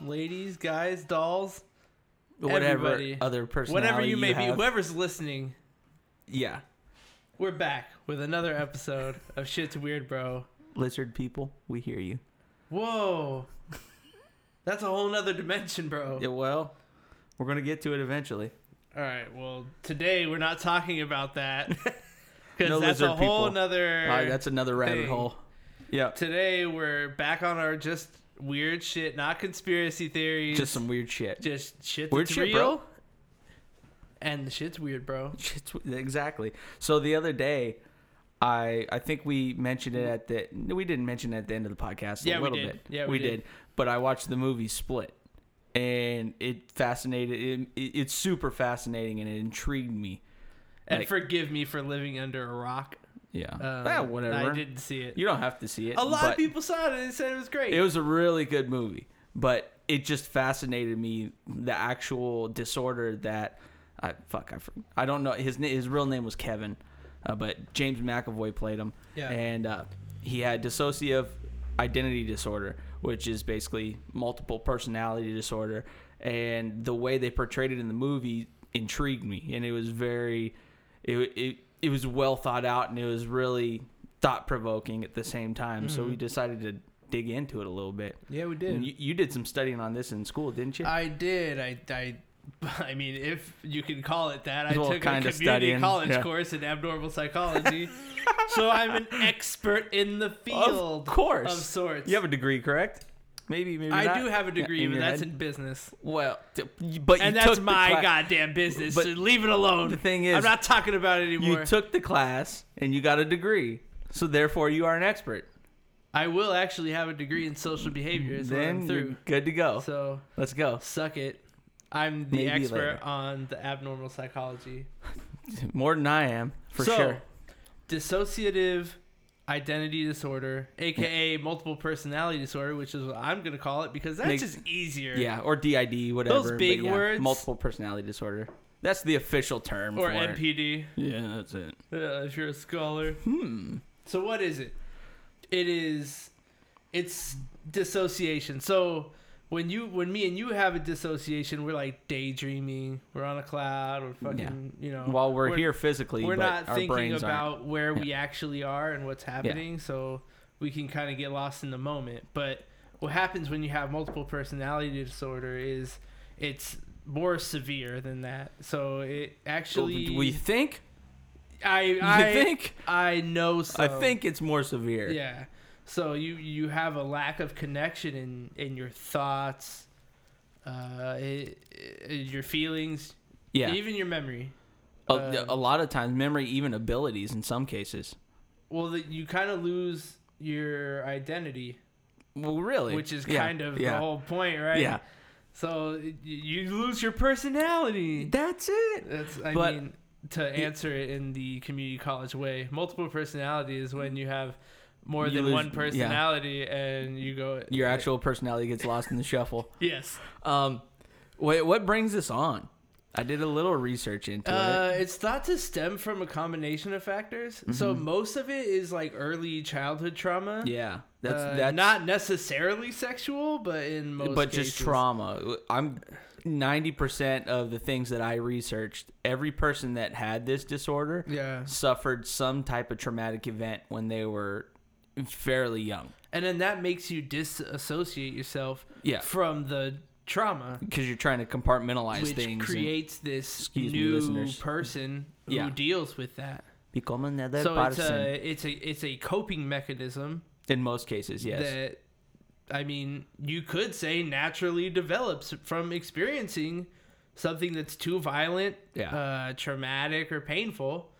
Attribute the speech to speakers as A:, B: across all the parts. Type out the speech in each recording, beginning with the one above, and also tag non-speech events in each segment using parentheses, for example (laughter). A: ladies, guys, dolls,
B: whatever
A: Everybody.
B: other person,
A: whatever you may be,
B: have.
A: whoever's listening,
B: yeah,
A: we're back with another episode of Shit's Weird, Bro.
B: lizard people, we hear you.
A: Whoa. That's a whole nother dimension, bro.
B: Yeah, well, we're gonna get to it eventually.
A: All right. Well, today we're not talking about
B: (laughs)
A: that because
B: No
A: that's a
B: lizard
A: whole
B: people.
A: nother.
B: All right, that's another rabbit
A: thing.
B: hole. Yeah,
A: Today we're back on our just weird shit, not conspiracy theories.
B: just some weird shit.
A: just shit that's
B: Weird shit,
A: real.
B: bro. (laughs)
A: And the shit's weird, bro.
B: Shit's- exactly. So the other day, I I think we mentioned it at the no, we didn't mention it at the end of the podcast
A: Yeah,
B: a
A: we
B: little
A: did.
B: bit.
A: Yeah, we
B: we
A: did.
B: did. But I watched the movie Split, and it fascinated. It, it, it's super fascinating, and it intrigued me.
A: And
B: Like-
A: forgive me for living under a rock.
B: Yeah,
A: Um,
B: Ah, whatever.
A: I didn't see it.
B: You don't have to see it.
A: A lot
B: but
A: of people saw it and said it was great.
B: It was a really good movie, but it just fascinated me the actual disorder that I fuck I, for- I don't know his na- his real name was Kevin, uh, but James McAvoy played him,
A: Yeah.
B: and uh, he had dissociative identity disorder, which is basically multiple personality disorder, and the way they portrayed it in the movie intrigued me, and it was very, it it, it was well thought out, and it was really thought provoking at the same time. So we decided to dig into it a little bit.
A: Mm-hmm. yeah, we
B: And you, you did some studying on this in school, didn't you?
A: I did. I, I, I (laughs) mean, if you can call it that, I
B: Well,
A: took a
B: kinda
A: community
B: studying,
A: college
B: yeah.
A: course in abnormal
B: (laughs)
A: psychology, so I'm an expert in the
B: of
A: field,
B: course,
A: of sorts.
B: You have a degree, correct? Maybe, maybe.
A: I
B: not.
A: do have a
B: Yeah,
A: degree, but
B: your
A: that's
B: head?
A: in business,
B: well, d- you- but
A: and
B: you
A: that's
B: took
A: my
B: the cla-
A: goddamn business.
B: but
A: so leave it alone.
B: the thing is,
A: I'm not talking about it anymore.
B: You took the class and you got a degree, so therefore you are an expert.
A: I will actually have a degree in social behavior. Is what
B: then
A: I'm
B: you're
A: through.
B: good to go.
A: So
B: Let's go.
A: suck it. I'm the
B: Maybe
A: expert
B: later.
A: on the abnormal psychology.
B: More than I am for sure.
A: Dissociative identity disorder, aka multiple personality disorder, which is what I'm gonna call it because that's
B: Make-
A: just easier.
B: Yeah, or DID, whatever. but
A: big
B: yeah,
A: words-
B: Multiple personality disorder. That's the official term.
A: Or
B: for it.
A: MPD,
B: Yeah, that's it.
A: uh, if you're a scholar.
B: Hmm.
A: So what is it? It is, it's dissociation. So when you, when me and you have a dissociation, we're like daydreaming. We're on a cloud. We're fucking, you know.
B: While we're,
A: Oh, we're
B: here physically,
A: we're
B: but
A: not
B: our
A: thinking
B: brains aren't.
A: about where we actually are and what's happening so we can kind of get lost in the moment but what happens when you have multiple personality disorder is it's more severe than that so it actually
B: Oh, we think.
A: i
B: you
A: i
B: think?
A: i know so.
B: I think it's more severe.
A: yeah so you you have a lack of connection in in your thoughts uh it, it- your feelings
B: Yeah.
A: even your memory
B: a,
A: um,
B: a lot of times, memory, even abilities, in some cases.
A: well that you kind of lose your identity
B: Well, really,
A: which is
B: Yeah,
A: kind of the
B: yeah,
A: whole point, right?
B: yeah.
A: So y- you lose your personality.
B: That's it.
A: That's I
B: But-
A: mean to answer it in the community college way. Multiple personality is when you have more
B: You
A: than
B: lose-
A: one
B: yeah.
A: personality and you go uh,
B: Your actual personality gets lost in the shuffle.
A: yes.
B: Um, wait, what brings this on? I did a little research into
A: Uh, it's thought to stem from a combination of factors.
B: Mm-hmm.
A: So most of it is like early childhood trauma.
B: it. Yeah, that's
A: Uh,
B: that's
A: not necessarily sexual, but in most
B: but just
A: cases.
B: trauma. I'm ninety percent of the things that I researched. Every person that had this disorder
A: Yeah.
B: suffered some type of traumatic event when they were fairly young
A: and then that makes you disassociate yourself
B: Yeah.
A: from the trauma
B: because you're trying to compartmentalize
A: which
B: things.
A: creates this
B: Excuse me,
A: new
B: listeners.
A: person
B: Yeah.
A: who deals with that
B: become another
A: so it's uh,
B: person.
A: a, it's a it's a coping mechanism
B: in most cases, yes.
A: that i mean you could say naturally develops from experiencing something that's too violent
B: Yeah.
A: uh, traumatic or painful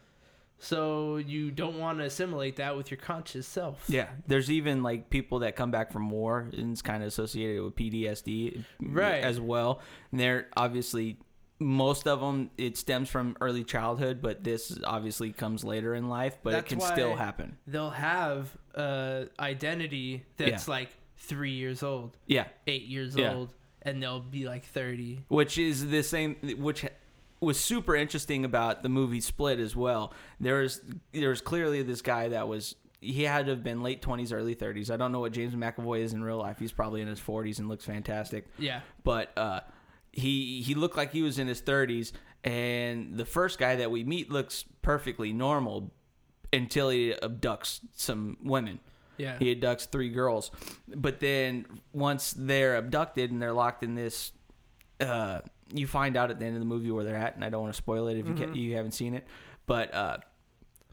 A: so you don't want to assimilate that with your conscious self
B: Yeah, there's even like people that come back from war and it's kind of associated with PTSD,
A: Right.
B: As well, and they're obviously most of them it stems from early childhood, but this obviously comes later in life, but
A: That's
B: it can
A: why-
B: still happen.
A: they'll have uh identity that's
B: Yeah.
A: like three years old
B: Yeah,
A: eight years
B: Yeah.
A: old and they'll be like 30
B: which is the same, which was super interesting about the movie Split as well. There's there's clearly this guy that was he had to have been late 20s, early 30s. I don't know what James McAvoy is in real life. He's probably in his 40s and looks fantastic.
A: Yeah.
B: But uh, he he looked like he was in his 30s, and the first guy that we meet looks perfectly normal until he abducts some women.
A: Yeah.
B: He abducts three girls, but then once they're abducted and they're locked in this, uh, you find out at the end of the movie where they're at, and I don't want to spoil it if you ca- you haven't seen it, but uh,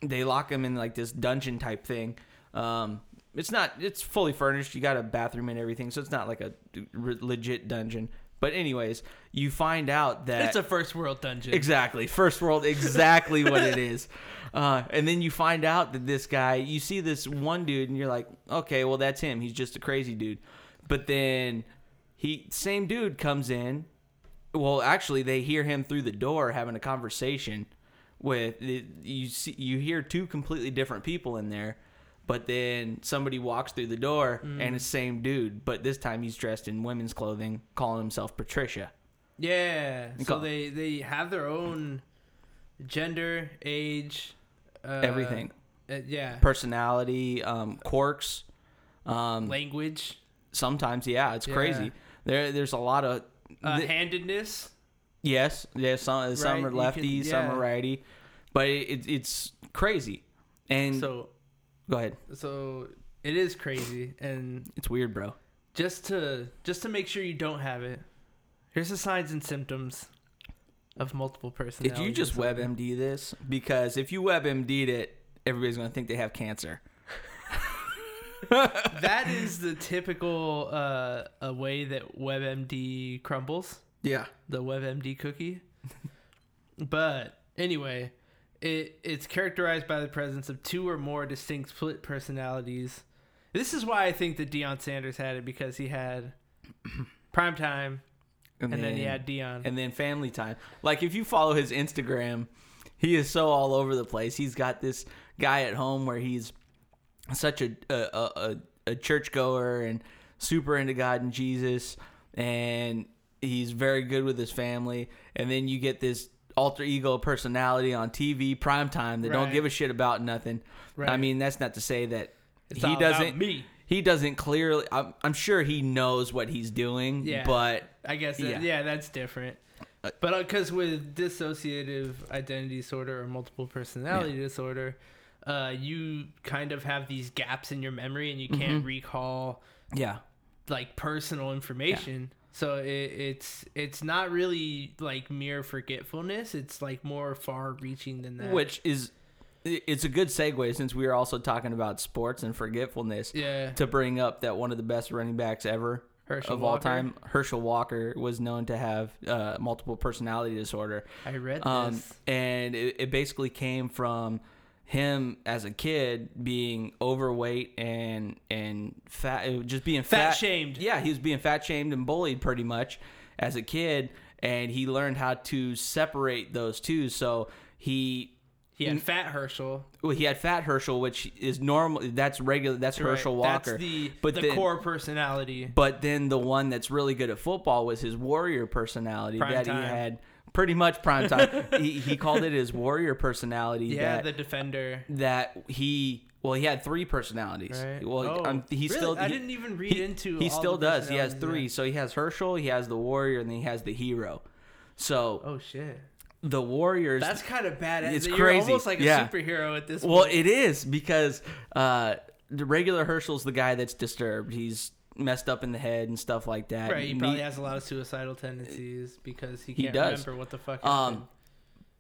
B: they lock them in like this dungeon type thing. Um, it's not it's fully furnished. You got a bathroom and everything, so it's not like a re- legit dungeon. But anyways, you find out that
A: It's a first world dungeon.
B: Exactly. First world, exactly what it is. Uh, and then you find out that this guy, you see this one dude, and you're like, okay, well, that's him. He's just a crazy dude. But then he, same dude comes in. Well, actually, they hear him through the door having a conversation with you. See, you hear two completely different people in there, but then somebody walks through the door and it's same dude, but this time he's dressed in women's clothing, calling himself Patricia.
A: Yeah. So
B: call-
A: they they have their own gender, age, uh,
B: Everything.
A: uh, yeah.
B: personality, um, quirks. Um,
A: Language,
B: sometimes, yeah, it's
A: Yeah.
B: crazy. There, there's a lot of
A: uh,
B: th-
A: handedness.
B: yes, yeah. Some,
A: Right,
B: some are
A: you
B: lefty,
A: can-
B: some
A: yeah.
B: are righty, but it, it, it's crazy. And
A: So
B: go ahead,
A: so it is crazy and
B: it's weird, bro.
A: just to just to make sure you don't have it. Here's the signs and symptoms of multiple
B: Did
A: personality.
B: you just
A: disorder.
B: WebMD this? Because if you WebMD'd it, everybody's gonna think they have cancer.
A: that is the typical uh, a way that WebMD crumbles,
B: Yeah.
A: the WebMD cookie. but anyway, it it's characterized by the presence of two or more distinct split personalities. This is why I think that Deion Sanders had it because he had (clears throat) prime time,
B: And,
A: and
B: then,
A: then he had Deion.
B: Mm-hmm. and then family time. Like if you follow his Instagram, he is so all over the place. He's got this guy at home where he's such a a, a, a churchgoer and super into God and Jesus, and he's very good with his family. And then you get this alter ego personality on TV primetime that don't
A: Right.
B: give a shit about nothing. I
A: Right.
B: mean, that's not to say that
A: It's
B: he
A: all about
B: doesn't.
A: me.
B: He doesn't clearly. I'm, I'm sure he knows what he's doing,
A: Yeah.
B: but
A: I guess that,
B: Yeah.
A: yeah. that's different.
B: Uh,
A: But because with dissociative identity disorder or multiple personality disorder, uh, you kind of have these gaps in your memory and you can't
B: Mm-hmm.
A: recall
B: yeah,
A: like personal information. So it, it's it's not really like mere forgetfulness. It's like more far-reaching than that.
B: which is it's a good segue since we are also talking about sports and forgetfulness
A: yeah,
B: to bring up that one of the best running backs ever
A: Herschel
B: of all
A: Walker.
B: time herschel walker was known to have uh, multiple personality disorder
A: I read
B: um,
A: this.
B: and it, it basically came from him as a kid being overweight and and fat it was just being
A: Fat
B: fat,
A: shamed.
B: yeah he was being fat shamed and bullied pretty much as a kid and he learned how to separate those two so he
A: He had Fat Herschel.
B: well, he had Fat Herschel, which is normal. That's regular. That's Herschel
A: Right.
B: Walker.
A: That's the
B: but
A: the
B: then,
A: core personality.
B: But then the one that's really good at football was his warrior personality
A: Prime
B: that
A: time.
B: he had pretty much
A: (laughs)
B: prime time. he, he called it his warrior personality.
A: Yeah,
B: that,
A: the defender.
B: that he well he had three personalities.
A: Right.
B: Well,
A: Oh,
B: um, he
A: really?
B: still
A: I
B: he-
A: didn't even read
B: he,
A: into
B: He
A: all
B: still
A: the
B: does. He has
A: personalities,
B: three.
A: yeah.
B: So he has Herschel, he has the warrior, and then he has the hero. So
A: Oh shit.
B: the warriors.
A: That's kind of badass.
B: It's
A: You're
B: crazy.
A: almost like a
B: Yeah.
A: superhero at this
B: Well,
A: point.
B: it is because uh, the regular Herschel's the guy that's disturbed. He's messed up in the head and stuff like that.
A: Right, he
B: And
A: probably has a lot of suicidal tendencies because he
B: He
A: can't
B: does.
A: remember what the fuck happened.
B: Um,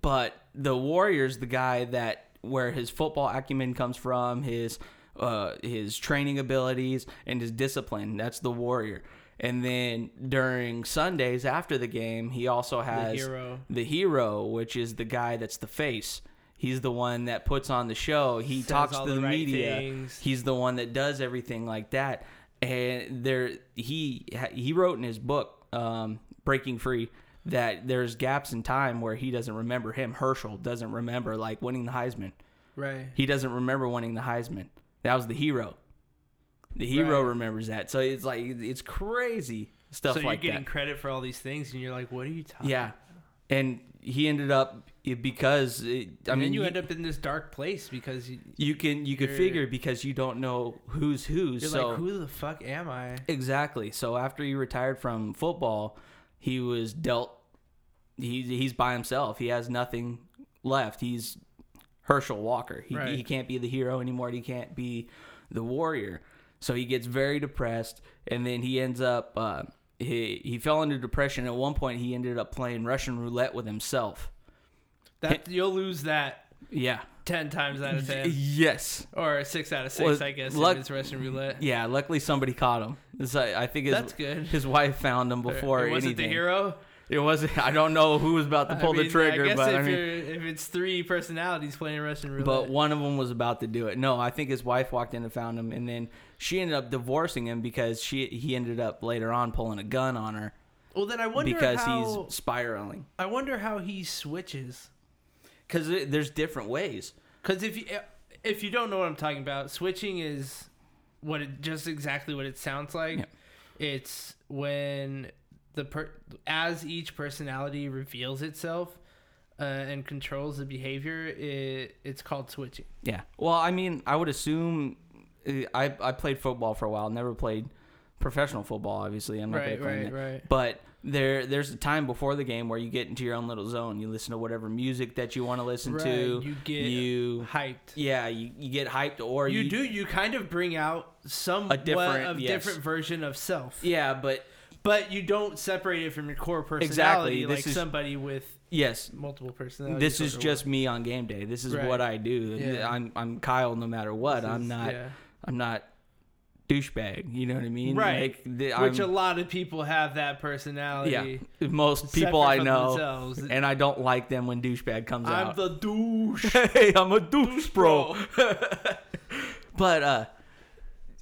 B: but the Warriors, the guy that where his football acumen comes from, his uh, his training abilities and his discipline. That's the Warrior. And then during Sundays after the game, he also has
A: hero.
B: the hero, which is the guy that's the face. He's the one that puts on the show. He
A: Says
B: talks
A: all
B: to the,
A: the right
B: media.
A: things.
B: He's the one that does everything like that. And there, he he wrote in his book, um, Breaking Free, that there's gaps in time where he doesn't remember him. Herschel doesn't remember like winning the Heisman.
A: Right.
B: He doesn't remember winning the Heisman. That was the hero. The hero
A: Right.
B: remembers that. So it's like it's crazy stuff
A: So you're
B: like
A: getting
B: that.
A: credit for all these things and you're like, what are you talking
B: Yeah. and he ended up because it, I
A: and
B: mean
A: then you end up in this dark place because you,
B: you can you could
A: you're-
B: figure because you don't know who's who.
A: you're
B: so
A: like, who the fuck am I?
B: Exactly. So after he retired from football, he was dealt. He he's by himself. He has nothing left. He's Herschel Walker. He
A: Right.
B: he can't be the hero anymore. He can't be the warrior. So he gets very depressed, and then he ends up. Uh, he he fell into depression. At one point, he ended up playing Russian roulette with himself.
A: That you'll lose that
B: Yeah.
A: ten times out
B: (laughs)
A: of ten,
B: Yes.
A: or six out of six,
B: Well,
A: I guess.
B: luck-
A: if it's Russian roulette.
B: Yeah. Luckily, somebody caught him. This, I, I think his,
A: That's good.
B: His wife found him before
A: it wasn't
B: anything.
A: the hero.
B: It wasn't. I don't know who was about to
A: I
B: pull
A: mean,
B: the trigger,
A: I guess
B: but
A: if,
B: I mean,
A: you're, if it's three personalities playing Russian roulette,
B: but one of them was about to do it. No, I think his wife walked in and found him, and then she ended up divorcing him because she he ended up later on pulling a gun on her
A: well, then I wonder
B: because
A: how
B: he's spiraling.
A: I wonder how he switches.
B: Because there's different ways.
A: Because if you eh, if you don't know what I'm talking about, switching is what it just exactly what it sounds like.
B: Yeah.
A: It's when the per, as each personality reveals itself uh, and controls the behavior, it it's called switching.
B: Yeah. Well, I mean, I would assume uh, I I played football for a while. Never played professional football, obviously. I'm not
A: Right,
B: gonna claim
A: right,
B: that.
A: right.
B: But there there's a time before the game where you get into your own little zone. You listen to whatever music that you want to listen to.
A: Right, you get
B: you
A: Hyped.
B: yeah you, you get hyped or
A: You do. You kind of bring out some
B: A different-
A: of
B: yes.
A: different version of self,
B: yeah but
A: but you don't separate it from your core personality
B: Exactly, this
A: like
B: is-
A: somebody with
B: yes
A: multiple personalities.
B: this is
A: disorder
B: just me on game day this is
A: Right.
B: what i do
A: Yeah.
B: i'm i'm kyle no matter what
A: This
B: i'm
A: is-
B: not
A: yeah.
B: i'm not douchebag you know what i mean
A: Right.
B: like, the,
A: Which a
B: I'm,
A: lot of people have that personality.
B: yeah most
A: separate
B: people i
A: from
B: know
A: themselves.
B: and i don't like them when douchebag comes
A: I'm
B: out
A: the douche.
B: (laughs) hey i'm a douche bro (laughs) but uh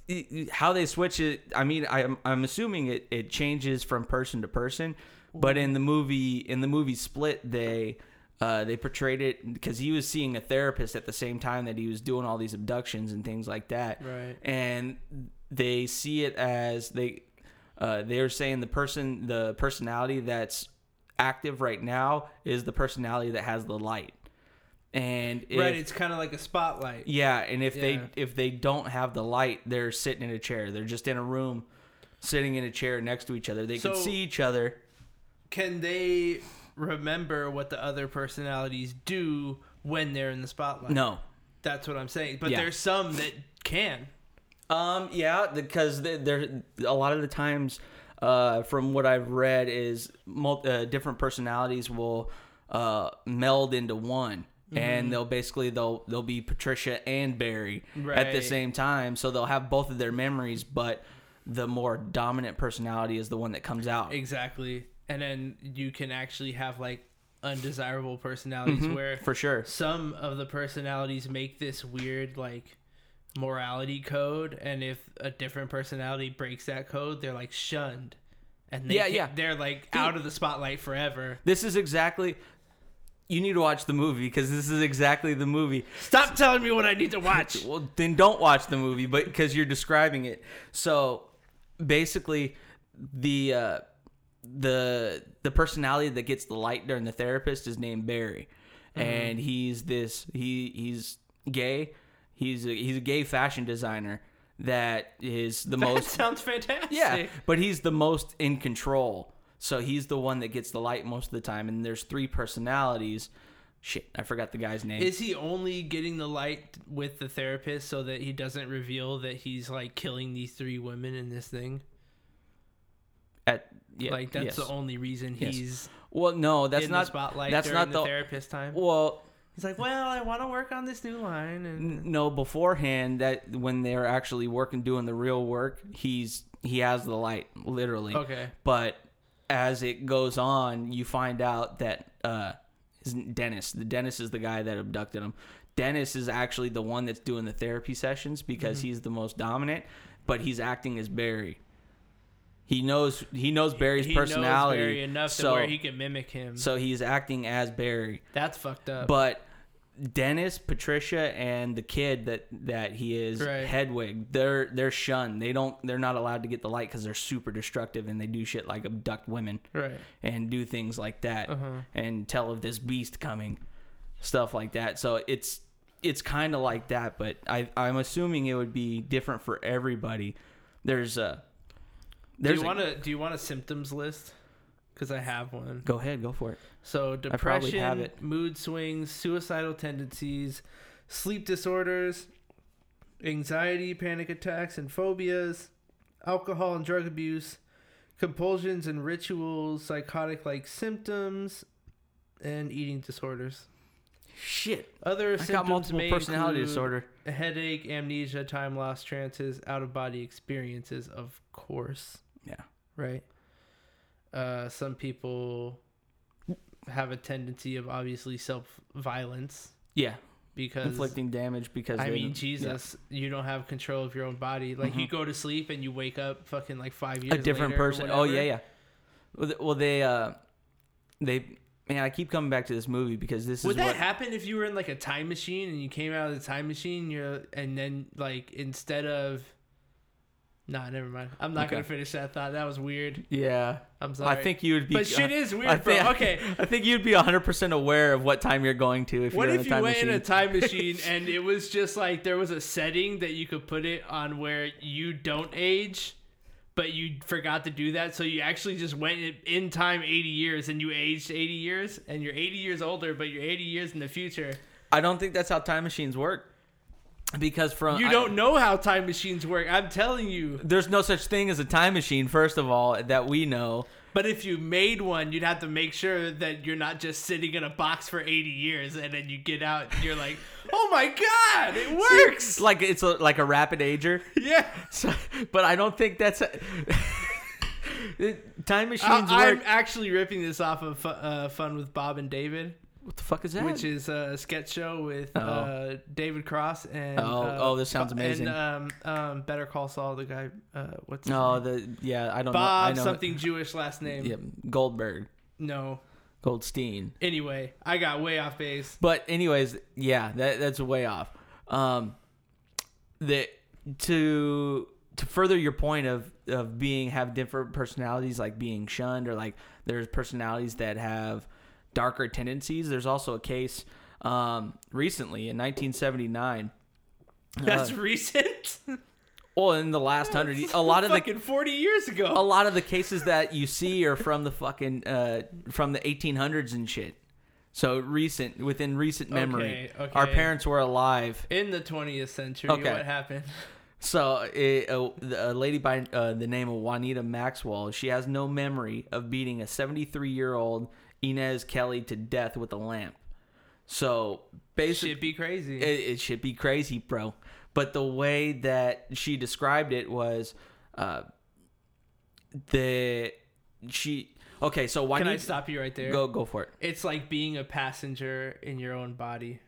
B: y- y- how they switch it i mean i'm, I'm assuming it, it changes from person to person but in the movie in the movie split they uh, they portrayed it because he was seeing a therapist at the same time that he was doing all these abductions and things like that
A: Right.
B: and they see it as they uh, they're saying the person the personality that's active right now is the personality that has the light and if,
A: right, it's kind of like a spotlight.
B: yeah, and if they
A: Yeah.
B: if they don't have the light, they're sitting in a chair. They're just in a room, sitting in a chair next to each other. They can
A: So-
B: see each other.
A: Can they remember what the other personalities do when they're in the spotlight?
B: No.
A: That's what I'm saying. But
B: Yeah.
A: there's some that can.
B: Um. Yeah, because they- they're a lot of the times, uh, from what I've read, is mul- uh, different personalities will uh meld into one. And they'll basically they'll they'll be Patricia and Barry at the
A: Right.
B: same time, so they'll have both of their memories, but the more dominant personality is the one that comes out.
A: Exactly. And then you can actually have like undesirable personalities where
B: Mm-hmm. for sure.
A: some of the personalities make this weird like morality code and if a different personality breaks that code they're like shunned and they
B: Yeah,
A: can't-
B: yeah.
A: they're like out of the spotlight forever
B: This is exactly. You need to watch the movie because this is exactly the movie.
A: stop telling me what i need to
B: (laughs)
A: watch (laughs)
B: Well, then don't watch the movie, but because you're describing it. So basically, the uh, the the personality that gets the light during the therapist is named Barry, and he's this he he's gay. He's a, he's a gay fashion designer that is the
A: that
B: most
A: sounds fantastic
B: Yeah, but he's the most in control. So he's the one that gets the light most of the time. And there's three personalities. Shit, I forgot the guy's name.
A: is he only getting the light with the therapist so that he doesn't reveal that he's like killing these three women in this thing
B: At yeah,
A: like that's
B: yes.
A: the only reason
B: Yes.
A: he's
B: well, no, that's
A: in
B: not
A: the spotlight
B: That's
A: during
B: not
A: the,
B: the,
A: therapist time
B: well.
A: he's like well i want to work on this new line and
B: n- No, beforehand that when they're actually working doing the real work, he's he has the light literally.
A: Okay.
B: But as it goes on, you find out that uh, his- Dennis, the Dennis is the guy that abducted him. Dennis is actually the one that's doing the therapy sessions because
A: Mm-hmm.
B: he's the most dominant, but he's acting as Barry. He knows he knows Barry's
A: he
B: personality
A: knows Barry enough
B: so
A: to where he can mimic him.
B: so he's acting as Barry.
A: That's fucked up.
B: But Dennis, Patricia, and the kid that that he is
A: Right.
B: Hedwig, they're they're shunned. They don't they're not allowed to get the light because they're super destructive and they do shit like abduct women
A: Right.
B: and do things like that
A: Uh-huh.
B: and tell of this beast coming, stuff like that. So it's it's kind of like that, but I I'm assuming it would be different for everybody. There's a
A: Do
B: there's
A: you
B: a-
A: want to do you want a symptoms list? Because I have one.
B: go ahead go for it.
A: So
B: probably
A: depression,
B: have it.
A: mood swings, suicidal tendencies, sleep disorders, anxiety, panic attacks, and phobias, alcohol and drug abuse, compulsions and rituals, psychotic-like symptoms, and eating disorders.
B: Shit,
A: Other
B: I
A: symptoms
B: got multiple
A: may
B: personality
A: include
B: disorder.
A: headache, amnesia, time loss, trances, out of body experiences, of course.
B: Yeah.
A: Right. Uh, some people have a tendency of obviously self violence
B: Yeah,
A: because
B: inflicting damage because
A: I
B: they-
A: mean
B: yeah. Mm-hmm.
A: Jesus, you don't have control of your own body. Like you go to sleep and you wake up fucking like five years
B: a different
A: later or
B: person. Oh yeah,
A: whatever.
B: yeah. Well, th- Well, they uh, they man, I keep coming back to this movie because this
A: Would
B: is
A: that
B: what
A: happen if you were in like a time machine and you came out of the time machine? You're and then like instead of. Nah, never mind. I'm not
B: Okay.
A: gonna finish that thought. That was weird.
B: yeah.
A: I'm sorry.
B: I think you would be.
A: But shit
B: uh,
A: is weird,
B: I
A: bro.
B: think-
A: Okay.
B: (laughs) I think you'd be 100% aware of what time you're going to if
A: What
B: you're
A: if
B: in a
A: you
B: time
A: went
B: machine.
A: in a time
B: (laughs)
A: machine and it was just like there was a setting that you could put it on where you don't age, but you forgot to do that, so you actually just went in- in time 80 years and you aged 80 years and you're 80 years older, but you're 80 years in the future.
B: I don't think that's how time machines work. Because from
A: You
B: Uh, I-
A: don't know how time machines work. I'm telling you.
B: there's no such thing as a time machine first of all that we know.
A: But if you made one, you'd have to make sure that you're not just sitting in a box for 80 years and then you get out and you're like, (laughs) "Oh my god, it works."
B: Like it's a, like a rapid ager.
A: yeah.
B: So, but I don't think that's a, (laughs) time machines
A: I,
B: work.
A: am actually ripping this off of Fu- uh, Fun with Bob and David,
B: what the fuck is that?
A: which is a sketch show with
B: Oh.
A: uh, David Cross and
B: Oh,
A: uh,
B: oh, this sounds
A: Bo-
B: amazing.
A: And um, um, Better Call Saul, the guy, uh, what's his
B: No,
A: name?
B: the yeah, I don't know. I
A: Bob
B: know
A: something Jewish last name.
B: Yeah, Goldberg,
A: No.
B: Goldstein.
A: Anyway, I got way off base.
B: But anyways, yeah, that that's way off. Um, the to to further your point of of being have different personalities, like being shunned or like there's personalities that have darker tendencies. There's also a case um, recently in 1979. Uh,
A: That's (laughs) recent.
B: Well, in the last hundred, a lot of
A: (laughs)
B: the
A: fucking 40 years ago.
B: a lot of the cases that you see are from the fucking uh, from the 1800s and shit. So recent, within recent memory,
A: Okay,
B: our
A: okay.
B: parents were alive.
A: In the 20th century,
B: Okay.
A: what
B: (laughs)
A: happened?
B: So a, a, a lady by uh, the name of Juanita Maxwell, she has no memory of beating a 73 year old Inez Kelly to death with a lamp. So basically,
A: Should be crazy.
B: it, it should be crazy, bro. But the way that she described it was, uh, the she okay. So why
A: Can
B: do
A: I stop you right there?
B: Go go for it.
A: It's like being a passenger in your own body.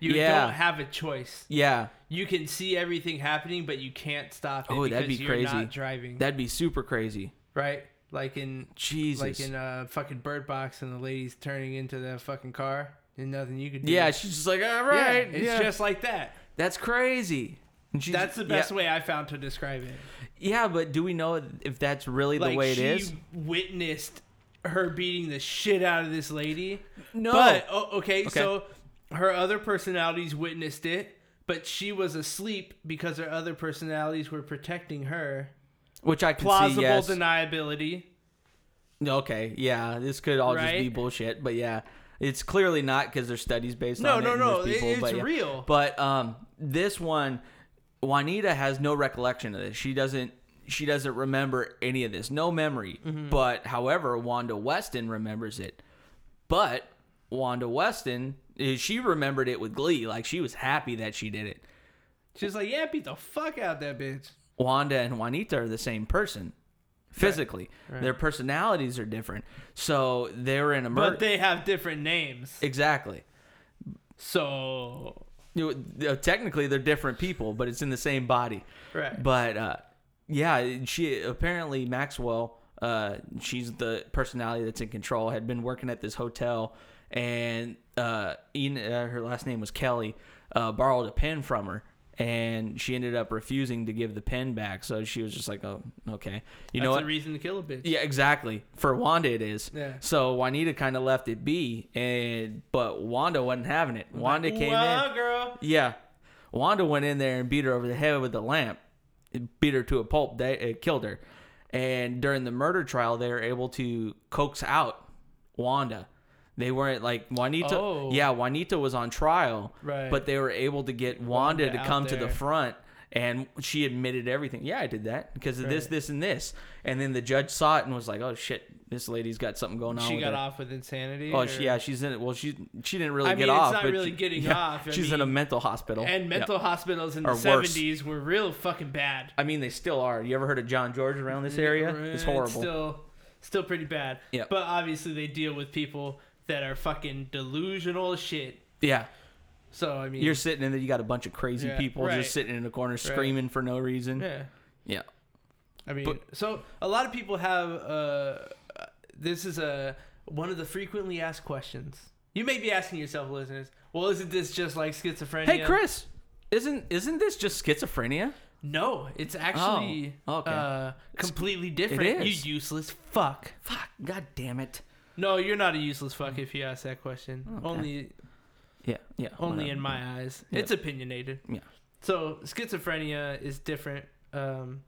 A: You
B: Yeah.
A: don't have a choice.
B: Yeah,
A: You can see everything happening, but you can't stop it
B: Oh,
A: because
B: that'd be
A: you're
B: crazy.
A: not driving.
B: that'd be super crazy.
A: right? Like in
B: Jesus.
A: like in uh fucking Bird Box, and the lady's turning into the fucking car, and nothing you could do.
B: yeah, she's just like all
A: Yeah,
B: right.
A: It's
B: yeah."
A: just like that.
B: that's crazy. And she's-
A: That's the best way I found to describe it.
B: Yeah, but do we know if that's really the
A: like
B: way it
A: she
B: is?
A: witnessed her beating the shit out of this lady.
B: No.
A: But oh, okay, so her other personalities witnessed it, but she was asleep because her other personalities were protecting her.
B: Which I can
A: Plausible
B: see. Yes.
A: deniability.
B: okay. Yeah, this could all just be
A: Right?
B: bullshit. But yeah, it's clearly not because there's studies based
A: No,
B: on
A: no,
B: it and
A: no.
B: there's
A: it-
B: people,
A: it's
B: but yeah.
A: real.
B: But um, this one, Juanita has no recollection of this. She doesn't. She doesn't remember any of this. No memory.
A: Mm-hmm.
B: But however, Wanda Weston remembers it. But Wanda Weston, eh, she remembered it with glee. Like she was happy that she did it.
A: She's like, yeah, beat the fuck out that bitch.
B: Wanda and Juanita are the same person. Physically, their personalities are different. So they're in a murder.
A: But they have different names.
B: exactly.
A: So,
B: You know, technically, they're different people, but it's in the same body.
A: right.
B: But uh, yeah, she apparently Maxwell, uh, she's the personality that's in control, had been working at this hotel and uh, Ian, uh, her last name was Kelly, uh, borrowed a pen from her, and she ended up refusing to give the pen back. So she was just like, "Oh, okay." You
A: That's
B: know
A: a
B: what?
A: reason to kill a bitch.
B: yeah, exactly. For Wanda, it is.
A: Yeah.
B: So Juanita kind of left it be, and but Wanda wasn't having it. Wanda came in.
A: Wow, girl.
B: Yeah. Wanda went in there and beat her over the head with a lamp, It beat her to a pulp. They it killed her. And during the murder trial, they were able to coax out Wanda. They weren't like Juanita.
A: Oh.
B: Yeah, Juanita was on trial,
A: Right.
B: but they were able to get Wanda,
A: Wanda
B: to
A: out
B: come to the
A: there.
B: front. And she admitted everything. Yeah, I did that because of this,
A: Right.
B: this, and this. And then the judge saw it and was like, "Oh shit, this lady's got something going on."
A: She
B: with
A: got
B: her.
A: off with insanity.
B: Oh
A: or-
B: she, yeah, she's in it. Well, she she didn't really
A: I
B: get
A: mean, it's
B: off.
A: not
B: but
A: really
B: she-
A: getting
B: yeah,
A: off. I
B: she's in a mental hospital.
A: And
B: Yeah.
A: mental hospitals in the
B: Or worse.
A: 70s were real fucking bad.
B: I mean, they still are. You ever heard of John George around this area? It's horrible.
A: Still, still pretty bad.
B: Yeah.
A: But obviously, they deal with people that are fucking delusional as shit.
B: yeah,
A: So I mean,
B: you're sitting in there. You got a bunch of crazy
A: Yeah,
B: people
A: right.
B: just sitting in a corner screaming for no reason.
A: yeah.
B: Yeah.
A: I mean,
B: But-
A: so a lot of people have. Uh, this is a one of the frequently asked questions. You may be asking yourself, listeners, well, isn't this just like schizophrenia?
B: Hey, Chris, isn't isn't this just schizophrenia?
A: No, it's actually
B: Oh, okay.
A: uh, completely different.
B: is.
A: You useless fuck.
B: Fuck, god damn it.
A: No, you're not a useless fuck if you ask that question. Only,
B: Yeah, yeah.
A: only
B: whatever.
A: in my eyes.
B: Yeah.
A: It's opinionated.
B: Yeah.
A: So schizophrenia is different um,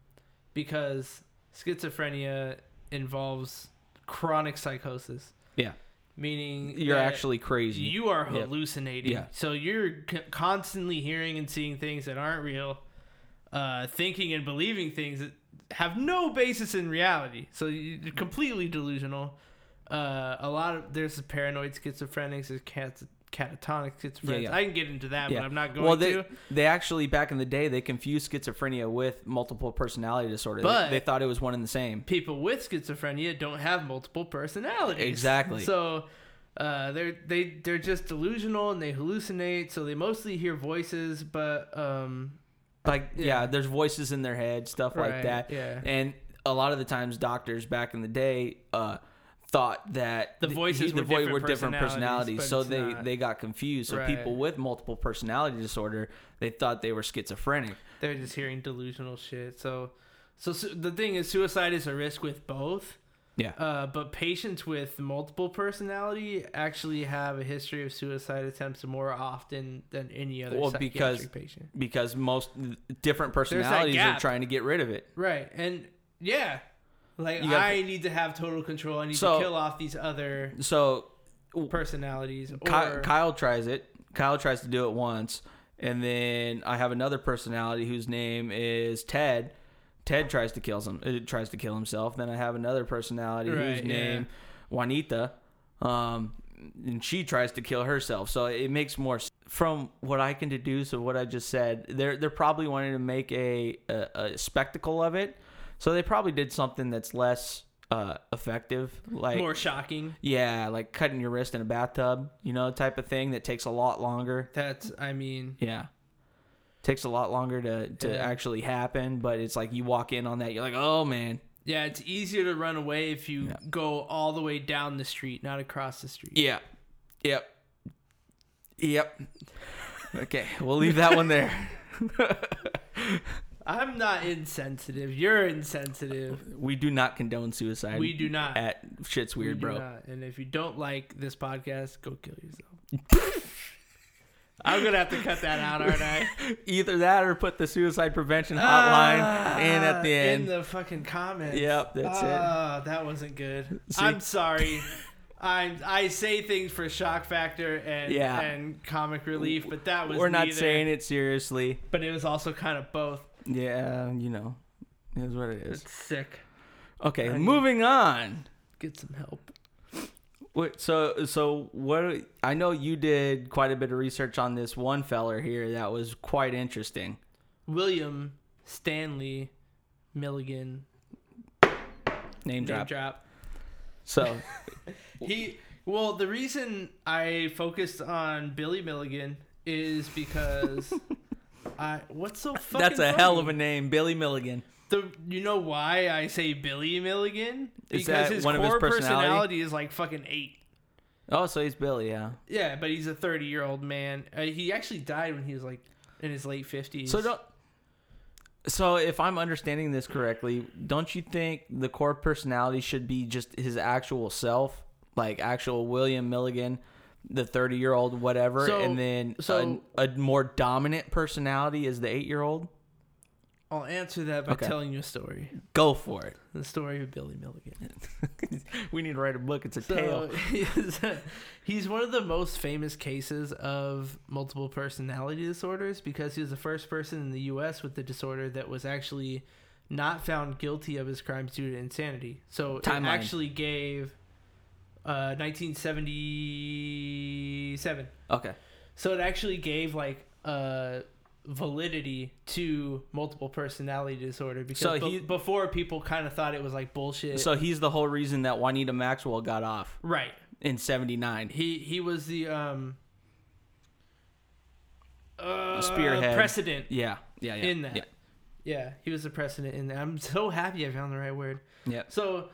A: because schizophrenia involves chronic psychosis,
B: Yeah,
A: meaning
B: you're
A: that
B: actually crazy.
A: you are
B: Mm-hmm. Yeah.
A: hallucinating.
B: Yeah.
A: So you're c- constantly hearing and seeing things that aren't real, uh, thinking and believing things that have no basis in reality. So you- you're completely delusional. Uh, a lot of there's paranoid schizophrenics, there's cat- catatonic schizophrenics.
B: yeah.
A: I can get into that,
B: yeah.
A: but I'm not going
B: well, they,
A: to.
B: They actually back in the day they confused schizophrenia with multiple personality disorder. They-
A: But-
B: they thought it was one and the same.
A: people with schizophrenia don't have multiple personalities.
B: Exactly.
A: So uh, they're they they're just delusional and they hallucinate. So they mostly hear voices, but um,
B: like yeah.
A: Yeah.
B: there's voices in their head stuff like
A: Right,
B: that
A: yeah.
B: and a lot of the times doctors back in the day uh thought that
A: The
B: th-
A: voices were different personalities, but
B: so
A: it's
B: they
A: not.
B: they got confused so
A: Right.
B: people with multiple personality disorder they thought they were schizophrenic
A: they're just hearing delusional shit. So so su- the thing is, suicide is a risk with both.
B: yeah
A: Uh, but patients with multiple personality actually have a history of suicide attempts more often than any other
B: Well,
A: psychiatric
B: because-
A: patient.
B: because most different personalities are
A: gap.
B: trying to get rid of it
A: Right. And yeah. Like
B: You gotta-
A: I need to have total control. I need
B: So-
A: to kill off these other
B: so
A: personalities.
B: Ky-
A: Or,
B: Kyle tries it. Kyle tries to do it once, and then I have another personality whose name is Ted. Ted tries to kill him. uh, Tries to kill himself. Then I have another personality whose
A: Right, yeah.
B: name Juanita, um, and she tries to kill herself. So it makes more. s- From what I can deduce of what I just said, they're they're probably wanting to make a a, a spectacle of it. So they probably did something that's less uh, effective, like
A: more shocking.
B: yeah, like cutting your wrist in a bathtub, you know, type of thing that takes a lot longer.
A: That's I mean
B: Yeah. Takes a lot longer to, to
A: Yeah.
B: actually happen, but it's like you walk in on that, you're like, oh man.
A: yeah, it's easier to run away if you
B: Yeah.
A: go all the way down the street, not across the street.
B: Yeah. Yep. Yep. okay, we'll leave that
A: (laughs)
B: one there.
A: I'm not insensitive. You're insensitive.
B: We do not condone suicide.
A: We do not.
B: At shit's
A: We
B: Uh, weird,
A: do
B: bro.
A: not. And if you don't like this podcast, go kill yourself.
B: (laughs)
A: I'm gonna have to cut that out, aren't I?
B: (laughs) Either that or put the suicide prevention (laughs) hotline in at the
A: Ah,
B: end.
A: In the fucking comments.
B: Yep, that's it.
A: Ah, that wasn't good.
B: See?
A: I'm
B: (laughs)
A: sorry. I'm I say things for shock factor and
B: Yeah.
A: and comic relief, but that was
B: We're not
A: neither.
B: saying it seriously.
A: But it was also kind of both.
B: Yeah, you know, it is what it is.
A: It's sick.
B: Okay,
A: I need-
B: moving on.
A: Get some help.
B: What, so, so what? I know you did quite a bit of research on this one feller here that was quite interesting.
A: William Stanley Milligan.
B: Name
A: Name
B: drop.
A: drop. (laughs)
B: So,
A: He well, the reason I focused on Billy Milligan is
B: (laughs)
A: because I what's so fucking
B: that's a hell
A: funny?
B: of a name, Billy Milligan.
A: The you know why I say Billy Milligan?
B: Is
A: Because
B: that
A: his
B: one of
A: core
B: his personality?
A: personality? is like fucking eight.
B: Oh, so he's Billy, yeah.
A: Yeah, but he's a 30 year old man. Uh, he actually died when he was like in his late 50s.
B: So don't. So if I'm understanding this correctly, don't you think the core personality should be just his actual self, like actual William Milligan, the 30 year old, whatever,
A: So-
B: and then
A: so-
B: a, a more dominant personality is the eight year old?
A: I'll answer that by
B: Okay.
A: telling you a story.
B: Go for it.
A: The story of Billy Milligan.
B: we need to write a book. It's a
A: So
B: tale.
A: (laughs) he's one of the most famous cases of multiple personality disorders because he was the first person in the U.S. with the disorder that was actually not found guilty of his crimes due to insanity. So it
B: Timeline.
A: actually gave uh, 1977.
B: Okay.
A: So it actually gave like uh, validity to multiple personality disorder because
B: So
A: be-
B: he-
A: before people kind of thought it was like bullshit.
B: So he's the whole reason that Juanita Maxwell got off
A: right.
B: in 79.
A: He he was the um uh,
B: Spearhead.
A: precedent
B: Yeah. Yeah. Yeah.
A: in that.
B: Yeah.
A: Yeah. he was the precedent in that. I'm (laughs) so happy I found the right word.
B: yeah.
A: So,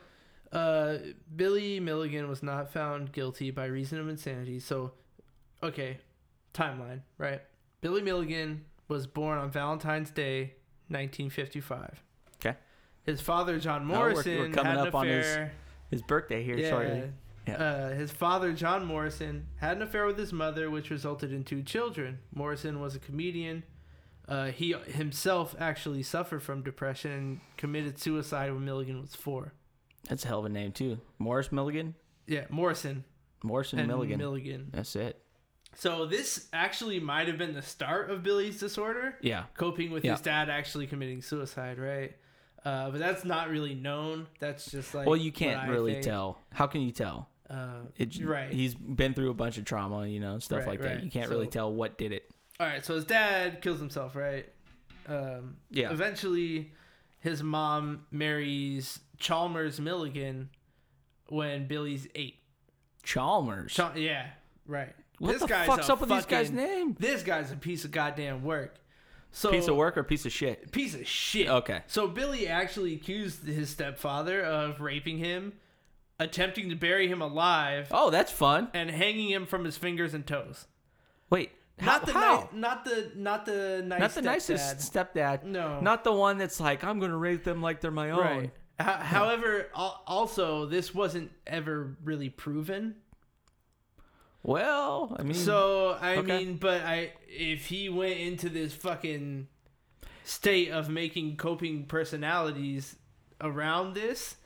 A: uh, Billy Milligan was not found guilty by reason of insanity. So, okay, timeline right. Billy Milligan was born on Valentine's Day, 1955.
B: 'Kay.
A: His father, John
B: Oh, we're- we're
A: Morrison,
B: coming
A: had an
B: up on his-
A: affair.
B: His birthday here shortly. Yeah.
A: Uh, his father, John Morrison, had an affair with his mother, which resulted in two children. Morrison was a comedian. Uh, he himself actually suffered from depression and committed suicide when Milligan was four.
B: That's a hell of a name too. Morris Milligan.
A: Yeah, Morrison
B: Morrison
A: and
B: Milligan.
A: Milligan.
B: That's it.
A: So this actually might have been the start of Billy's disorder.
B: Yeah.
A: Coping with
B: Yeah.
A: his dad actually committing suicide, right? Uh, but that's not really known. That's just like
B: well, you
A: what I
B: can't really
A: think.
B: tell. How can you tell?
A: Uh,
B: It,
A: Right.
B: He's been through a bunch of trauma, you know, stuff
A: Right,
B: like that.
A: right.
B: You can't really
A: So-
B: tell what did it.
A: All right, so his dad kills himself, right? Um,
B: Yeah.
A: Eventually, his mom marries Chalmers Milligan when Billy's eight.
B: Chalmers.
A: Chal- yeah, right.
B: what the
A: guy's
B: fuck's
A: a
B: up with this guy's
A: fucking-
B: name?
A: This guy's a piece of goddamn work. So
B: Piece of work or piece of shit?
A: Piece of shit.
B: Okay.
A: So Billy actually accused his stepfather of raping him, attempting to bury him alive,
B: Oh, that's fun.
A: and hanging him from his fingers and toes.
B: Wait. How?
A: Not the
B: how?
A: ni- not the not the nice
B: Not the
A: stepdad.
B: nicest stepdad.
A: No.
B: Not the one that's like, I'm going to raise them like they're my own.
A: Right. Ho- However, al- also this wasn't ever really proven.
B: Well, I mean,
A: So I
B: Mm-hmm. Okay.
A: mean, but I if he went into this fucking state of making coping personalities around this,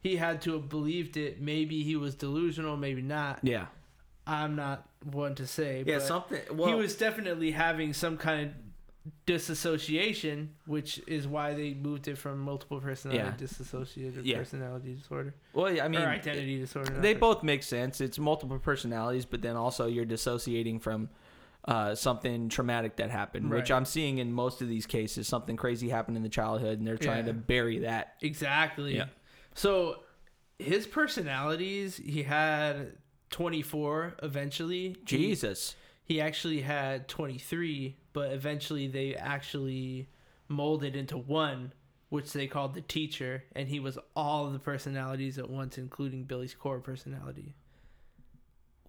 A: he had to have believed it. Maybe he was delusional, maybe not.
B: yeah.
A: I'm not one to say.
B: Yeah,
A: but
B: something. Well,
A: he was definitely having some kind of disassociation, which is why they moved it from multiple personality
B: Yeah.
A: dissociative
B: Yeah.
A: personality disorder.
B: well, I mean,
A: or identity disorder.
B: they
A: not
B: both make sense. It's multiple personalities, but then also you're dissociating from uh, something traumatic that happened, which
A: Right.
B: I'm seeing in most of these cases. Something crazy happened in the childhood, and they're trying
A: Yeah.
B: to bury that.
A: Exactly.
B: Yeah.
A: So his personalities, he had 24 eventually. He,
B: Jesus.
A: he actually had 23, but eventually they actually molded into one, which they called the teacher, and he was all of the personalities at once, including Billy's core personality.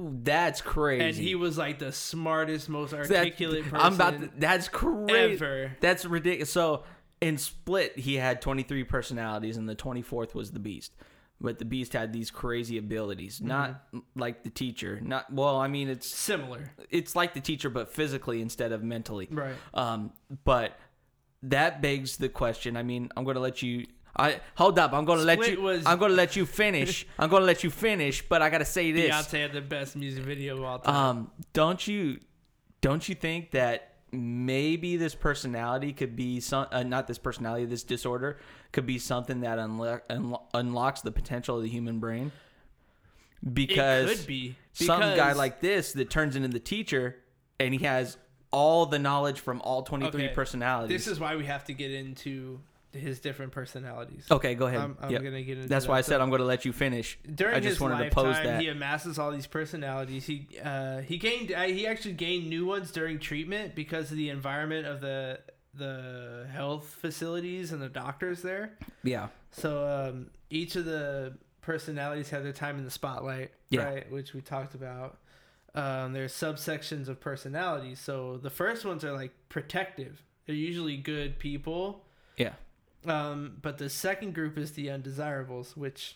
B: Ooh, That's crazy.
A: And he was like the smartest, most
B: That-
A: articulate person
B: I'm about to, that's crazy.
A: ever.
B: That's ridiculous. So in Split, he had 23 personalities, and the 24th was the Beast. But the Beast had these crazy abilities,
A: Mm-hmm.
B: not mm, like the teacher. Not well. I mean, it's
A: Similar.
B: it's like the teacher, but physically instead of mentally.
A: Right.
B: Um, but that begs the question. I mean, I'm gonna let you. I hold up. I'm gonna let
A: Split
B: you.
A: was-
B: I'm gonna let
A: (laughs)
B: you finish. I'm gonna let you finish. But I gotta say this.
A: Beyonce had the best music video of all time.
B: Um, don't you, don't you think that maybe this personality could be some, uh, not this personality, this disorder could be something that unlo- unlo- unlocks the potential of the human brain? Because
A: it could be.
B: some guy
A: because-
B: like this that turns into the teacher and he has all the knowledge from all 23
A: Okay.
B: personalities.
A: This is why we have to get into his different personalities.
B: okay, Oh, go ahead.
A: I'm, I'm
B: Yep.
A: gonna get into.
B: That's
A: that.
B: why I
A: So
B: said I'm going to let you finish.
A: during
B: I just
A: his
B: wanted
A: lifetime,
B: to pose that.
A: he amasses all these personalities. He uh, he gained uh, he actually gained new ones during treatment because of the environment of the the health facilities and the doctors there.
B: yeah.
A: So um, each of the personalities have their time in the spotlight,
B: Yeah.
A: right? Which we talked about. Um, there's subsections of personalities. So the first ones are like protective. They're usually good people.
B: Yeah.
A: Um, but the second group is the undesirables, which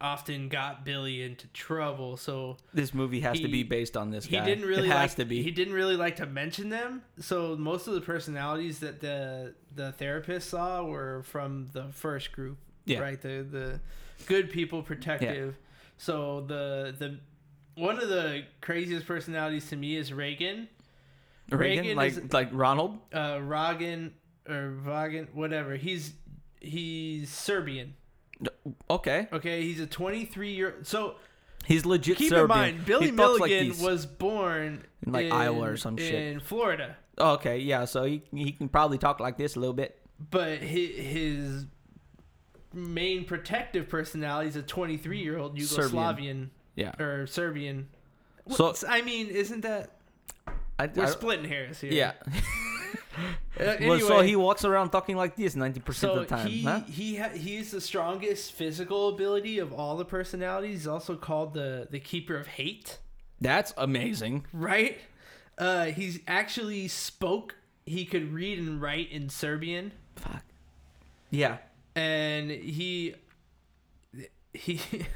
A: often got Billy into trouble. So
B: This movie has to
A: He-
B: be based on this
A: he
B: guy.
A: didn't really
B: It has
A: like,
B: to be.
A: He didn't really like to mention them. So most of the personalities that the the therapist saw were from the first group,
B: Yeah.
A: right? The the good people, protective. So the the one of the craziest personalities to me is Reagan,
B: Reagan,
A: Reagan
B: like
A: is-
B: like Ronald.
A: uh, Rogan or Vagan, whatever. He's he's Serbian.
B: Okay,
A: Okay, he's a 23 year. So
B: he's legit.
A: keep in
B: Serbian.
A: mind, Billy
B: He talks like
A: Milligan
B: these.
A: was born
B: In, like,
A: in-
B: Iowa or some shit.
A: in Florida.
B: Okay, yeah. So he he can probably talk like this a little bit.
A: but his, his main protective personality is a 23 year old Yugoslavian
B: Serbian. Yeah.
A: or Serbian.
B: So-
A: So I mean, isn't that
B: I, I
A: we're
B: don't-
A: splitting hairs here?
B: yeah.
A: Uh,
B: (laughs) Well,
A: anyway,
B: so he walks around talking like this ninety percent
A: so
B: of the time.
A: he
B: huh?
A: he ha- he's the strongest physical ability of all the personalities. He's also called the the keeper of hate.
B: That's amazing.
A: Right? Uh, he's actually spoke. He could read and write in Serbian.
B: Fuck. Yeah.
A: and he he (laughs)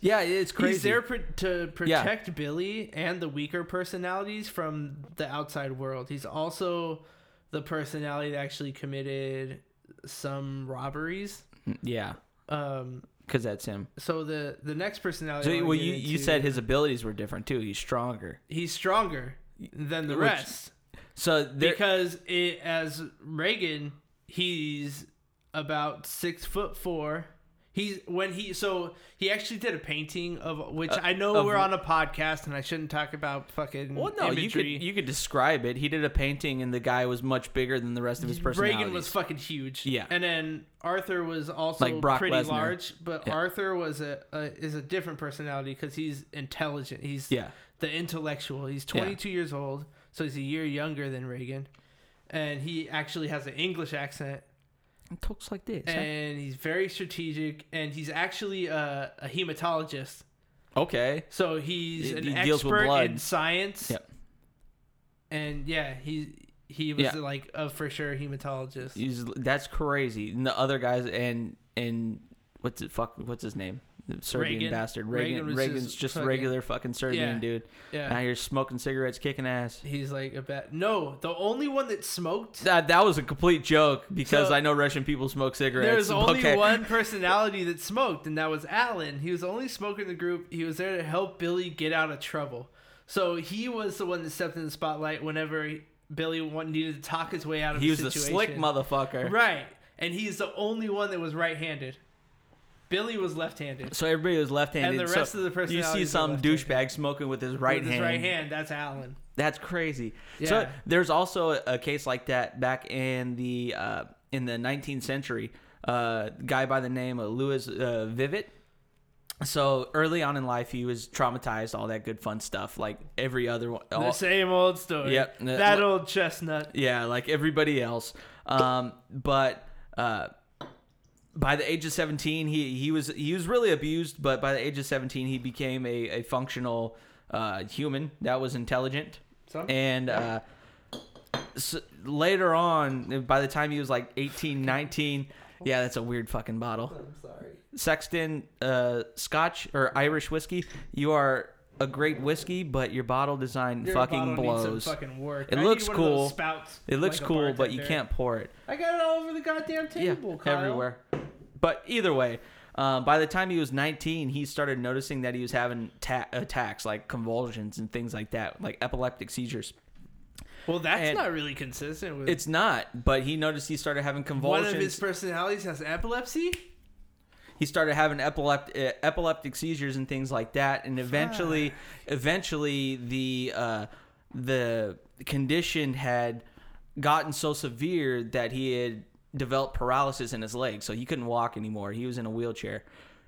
B: Yeah, it's
A: he's
B: crazy.
A: there pro- to protect Billy and the weaker personalities from the outside world. He's also the personality that actually committed some robberies.
B: Mm, Yeah,
A: Um,
B: because that's him.
A: so the the next personality.
B: So,
A: I wanna
B: well,
A: get
B: you, you
A: into-
B: said his abilities were different too. He's stronger.
A: he's stronger than the
B: Which-
A: rest
B: So there,
A: because it, as Reagan, he's about six foot four. He's when he so he actually did a painting of which I know
B: Uh, of-
A: we're on a podcast and I shouldn't talk about fucking
B: well, no, you could
A: imagery.
B: you could describe it. He did a painting, and the guy was much bigger than the rest of his personality.
A: Reagan was fucking huge.
B: Yeah.
A: and then Arthur was also
B: Like Brock
A: pretty
B: Lesnar.
A: large, but
B: Yeah.
A: Arthur was a, a is a different personality because he's intelligent. He's
B: Yeah.
A: the intellectual. He's
B: Yeah.
A: 22 years old, so he's a year younger than Reagan, and he actually has an English accent.
B: talks like this. huh?
A: and he's very strategic and he's actually a, a hematologist
B: Okay.
A: so he's
B: He-
A: an
B: he deals with
A: expert
B: blood.
A: in science
B: Yep.
A: and yeah he he was
B: Yeah.
A: like a for sure hematologist
B: He's, that's crazy. And the other guys and and what's it fuck what's his name? The Serbian
A: Reagan.
B: bastard.
A: Reagan
B: Reagan,
A: was
B: Reagan's
A: just
B: just
A: fucking-
B: regular fucking Serbian
A: Yeah.
B: dude. Now
A: yeah
B: you're smoking cigarettes, kicking ass.
A: he's like a bad no the only one that smoked
B: That that was a complete joke because
A: So-
B: I know Russian people smoke cigarettes.
A: there was only
B: Okay.
A: one personality that smoked and that was alan he was the only smoker in the group he was there to help billy get out of trouble so he was the one that stepped in the spotlight whenever billy wanted, needed to talk his way out of
B: He
A: a
B: was a
A: situation.
B: slick (laughs) motherfucker.
A: Right. And he's the only one that was right handed. Billy was left handed.
B: So everybody was left-handed.
A: And the
B: So
A: rest of the
B: you
A: personalities
B: see
A: were
B: some
A: left-handed.
B: douchebag smoking with his right
A: With his
B: hand.
A: right hand, that's Alan.
B: That's crazy. So
A: Yeah.
B: there's also a case like that back in the uh, in the 19th century. Uh, guy by the name of Louis uh, Vivet. So early on in life, he was traumatized, all that good fun stuff, like every other one.
A: the
B: All,
A: same old story.
B: Oh. Yep.
A: That old chestnut.
B: yeah, like everybody else. Um, but uh, by the age of 17, he he was he was really abused. But by the age of 17, he became a, a functional uh, human that was intelligent
A: So?
B: and uh, s later on by the time he was like 18 19 yeah that's a weird fucking bottle
A: I'm sorry.
B: sexton uh, scotch or irish whiskey you are a great whiskey but your bottle design
A: Your
B: fucking
A: bottle needs some
B: blows
A: fucking work.
B: It
A: I
B: looks
A: need one of those
B: cool.
A: spouts,
B: it looks
A: like a
B: cool but you
A: bartender.
B: can't pour it
A: I got it all over the goddamn
B: yeah
A: table, Kyle.
B: everywhere but either way um, by the time he was 19 he started noticing that he was having ta- attacks like convulsions and things like that like epileptic seizures
A: Well, that's
B: And-
A: not really consistent with
B: It's not, but he noticed he started having
A: one
B: convulsions.
A: of his personalities has epilepsy.
B: he started having epilept- uh, epileptic seizures and things like that, and eventually, eventually the uh, the condition had gotten so severe that he had developed paralysis in his leg, so he couldn't walk anymore. He was in a wheelchair,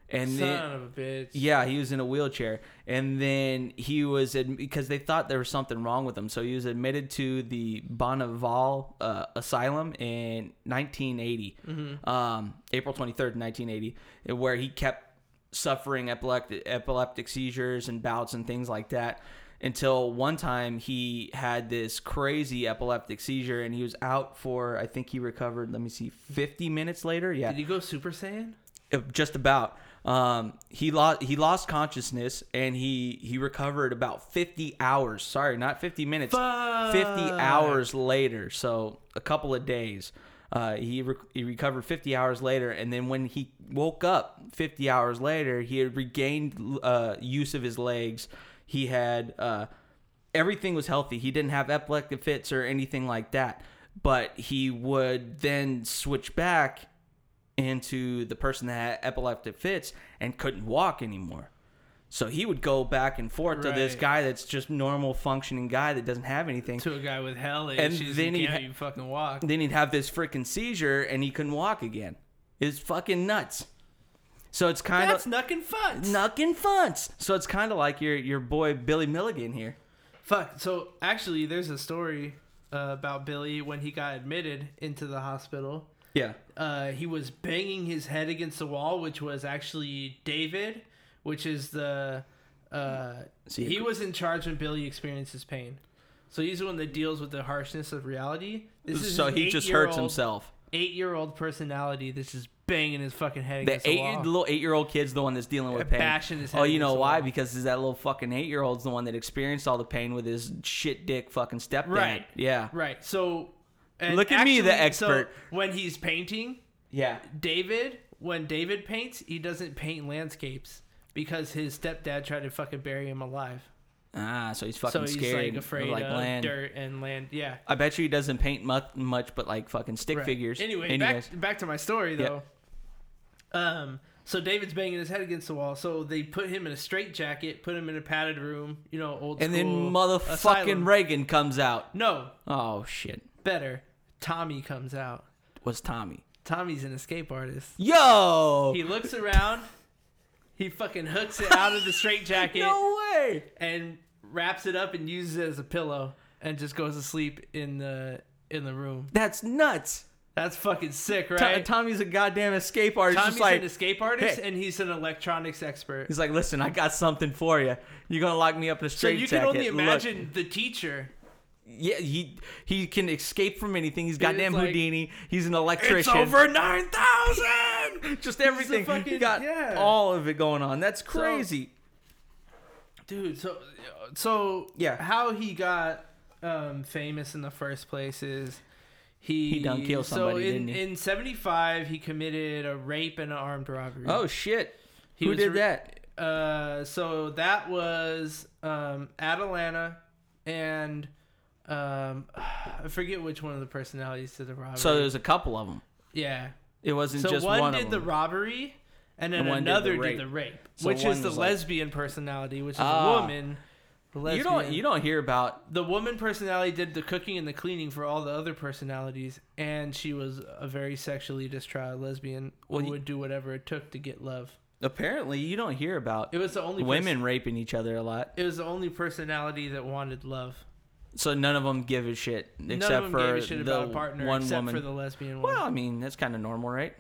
B: and
A: Son
B: then.
A: of a bitch.
B: Yeah, he was in a wheelchair, and then he was adm- because they thought there was something wrong with him, so he was admitted to the Bonneville uh, Asylum in 1980, um, April 23rd, 1980, where he kept suffering epileptic epileptic seizures and bouts and things like that until one time he had this crazy epileptic seizure and he was out for I think he recovered let me see 50 minutes later yeah
A: Did he go Super Saiyan?
B: it- uh, just about um, he lost he lost consciousness and he he recovered about 50 hours sorry not 50 minutes 50
A: Fuck.
B: hours later so a couple of days uh, he, re- he recovered 50 hours later and then when he woke up 50 hours later he had regained uh, use of his legs he had uh, everything was healthy. He didn't have epileptic fits or anything like that. But he would then switch back into the person that had epileptic fits and couldn't walk anymore. So he would go back and forth to this
A: Right.
B: guy that's just normal functioning guy that doesn't have anything.
A: To a guy with hell
B: And
A: issues and
B: then he
A: can't
B: ha-
A: even fucking walk.
B: Then he'd have this freaking seizure and he couldn't walk again. It's fucking nuts. So it's kind
A: That's
B: of
A: knuckin' fun.
B: nucking funds. So it's kind of like your your boy Billy Milligan here.
A: Fuck. So actually, there's a story uh, about Billy when he got admitted into the hospital.
B: Yeah.
A: Uh, he was banging his head against the wall, which was actually David, which is the. Uh,
B: So you
A: he
B: could-
A: was in charge when Billy experiences pain. So he's the one that deals with the harshness of reality. This is
B: so
A: an
B: he just hurts
A: eight-year-old-
B: himself.
A: Eight-year-old personality that's just banging his fucking head
B: The
A: against the,
B: eight,
A: wall.
B: the little eight-year-old kid's the one that's dealing with pain.
A: Bashing his head
B: oh, you know
A: against the
B: why?
A: wall.
B: Because is that little fucking eight-year-old's the one that experienced all the pain with his shit dick fucking stepdad.
A: Right.
B: Yeah.
A: Right. So. and
B: Look at me, the
A: actually- so
B: expert.
A: when he's painting,
B: Yeah.
A: David, when David paints, he doesn't paint landscapes because his stepdad tried to fucking bury him alive.
B: Ah, so he's
A: So
B: fucking
A: he's
B: scared.
A: like
B: of,
A: afraid
B: like,
A: of
B: land.
A: dirt and land. Yeah.
B: I bet you he doesn't paint much, much but like fucking stick
A: Right.
B: figures.
A: Anyway,
B: Anyways.
A: back back to my story
B: Yeah.
A: though. Um, so David's banging his head against the wall. So they put him in a straitjacket, put him in a padded room, you know, old
B: and then
A: school
B: motherfucking
A: asylum.
B: Reagan comes out.
A: no,
B: Oh shit.
A: better. Tommy comes out.
B: Was Tommy?
A: Tommy's an escape artist.
B: Yo.
A: He looks around. He fucking hooks it out of
B: (laughs)
A: the straitjacket.
B: no way.
A: and wraps it up and uses it as a pillow and just goes to sleep in the in the room.
B: That's nuts.
A: That's fucking sick,
B: To-
A: right?
B: Tommy's a goddamn escape artist.
A: Tommy's
B: just like,
A: an escape artist
B: hey.
A: and he's an electronics expert.
B: He's like, listen, I got something for you. You're gonna lock me up in a
A: So
B: straight
A: you can only
B: jacket. Look."
A: imagine the teacher.
B: yeah, he he can escape from anything. He's goddamn
A: like,
B: Houdini. He's an electrician.
A: nine thousand.
B: (laughs) Just everything. he
A: fucking-
B: got
A: yeah.
B: all of it going on. That's crazy.
A: Dude, so so
B: Yeah.
A: how he got um, famous in the first place is he
B: He done killed somebody,
A: So in,
B: didn't he?
A: in seventy five, he committed a rape and an armed robbery.
B: oh shit.
A: Hmm. He
B: Who
A: was
B: did
A: re-
B: that?
A: Uh, so that was um, Atalanta and um, (sighs) I forget which one of the personalities did the robbery.
B: So there's a couple of them.
A: yeah,
B: It wasn't
A: so
B: just
A: one,
B: one,
A: did
B: of
A: the
B: them.
A: robbery, and then
B: And one did the
A: another did the
B: rape.
A: rape,
B: So
A: which
B: one
A: is the
B: was like-
A: lesbian personality, which is
B: Ah.
A: a woman. The
B: you
A: lesbian.
B: don't you don't hear about
A: the woman personality did the cooking and the cleaning for all the other personalities, and she was a very sexually distraught lesbian
B: Well,
A: who
B: you-
A: would do whatever it took to get love.
B: apparently you don't hear about
A: It was the only pers-
B: women raping each other a lot.
A: it was the only personality that wanted love.
B: So none of them give a shit except
A: None of them
B: for
A: gave a shit
B: the
A: about a partner
B: one
A: except
B: woman.
A: for the lesbian one.
B: well, I mean that's kind of normal, right?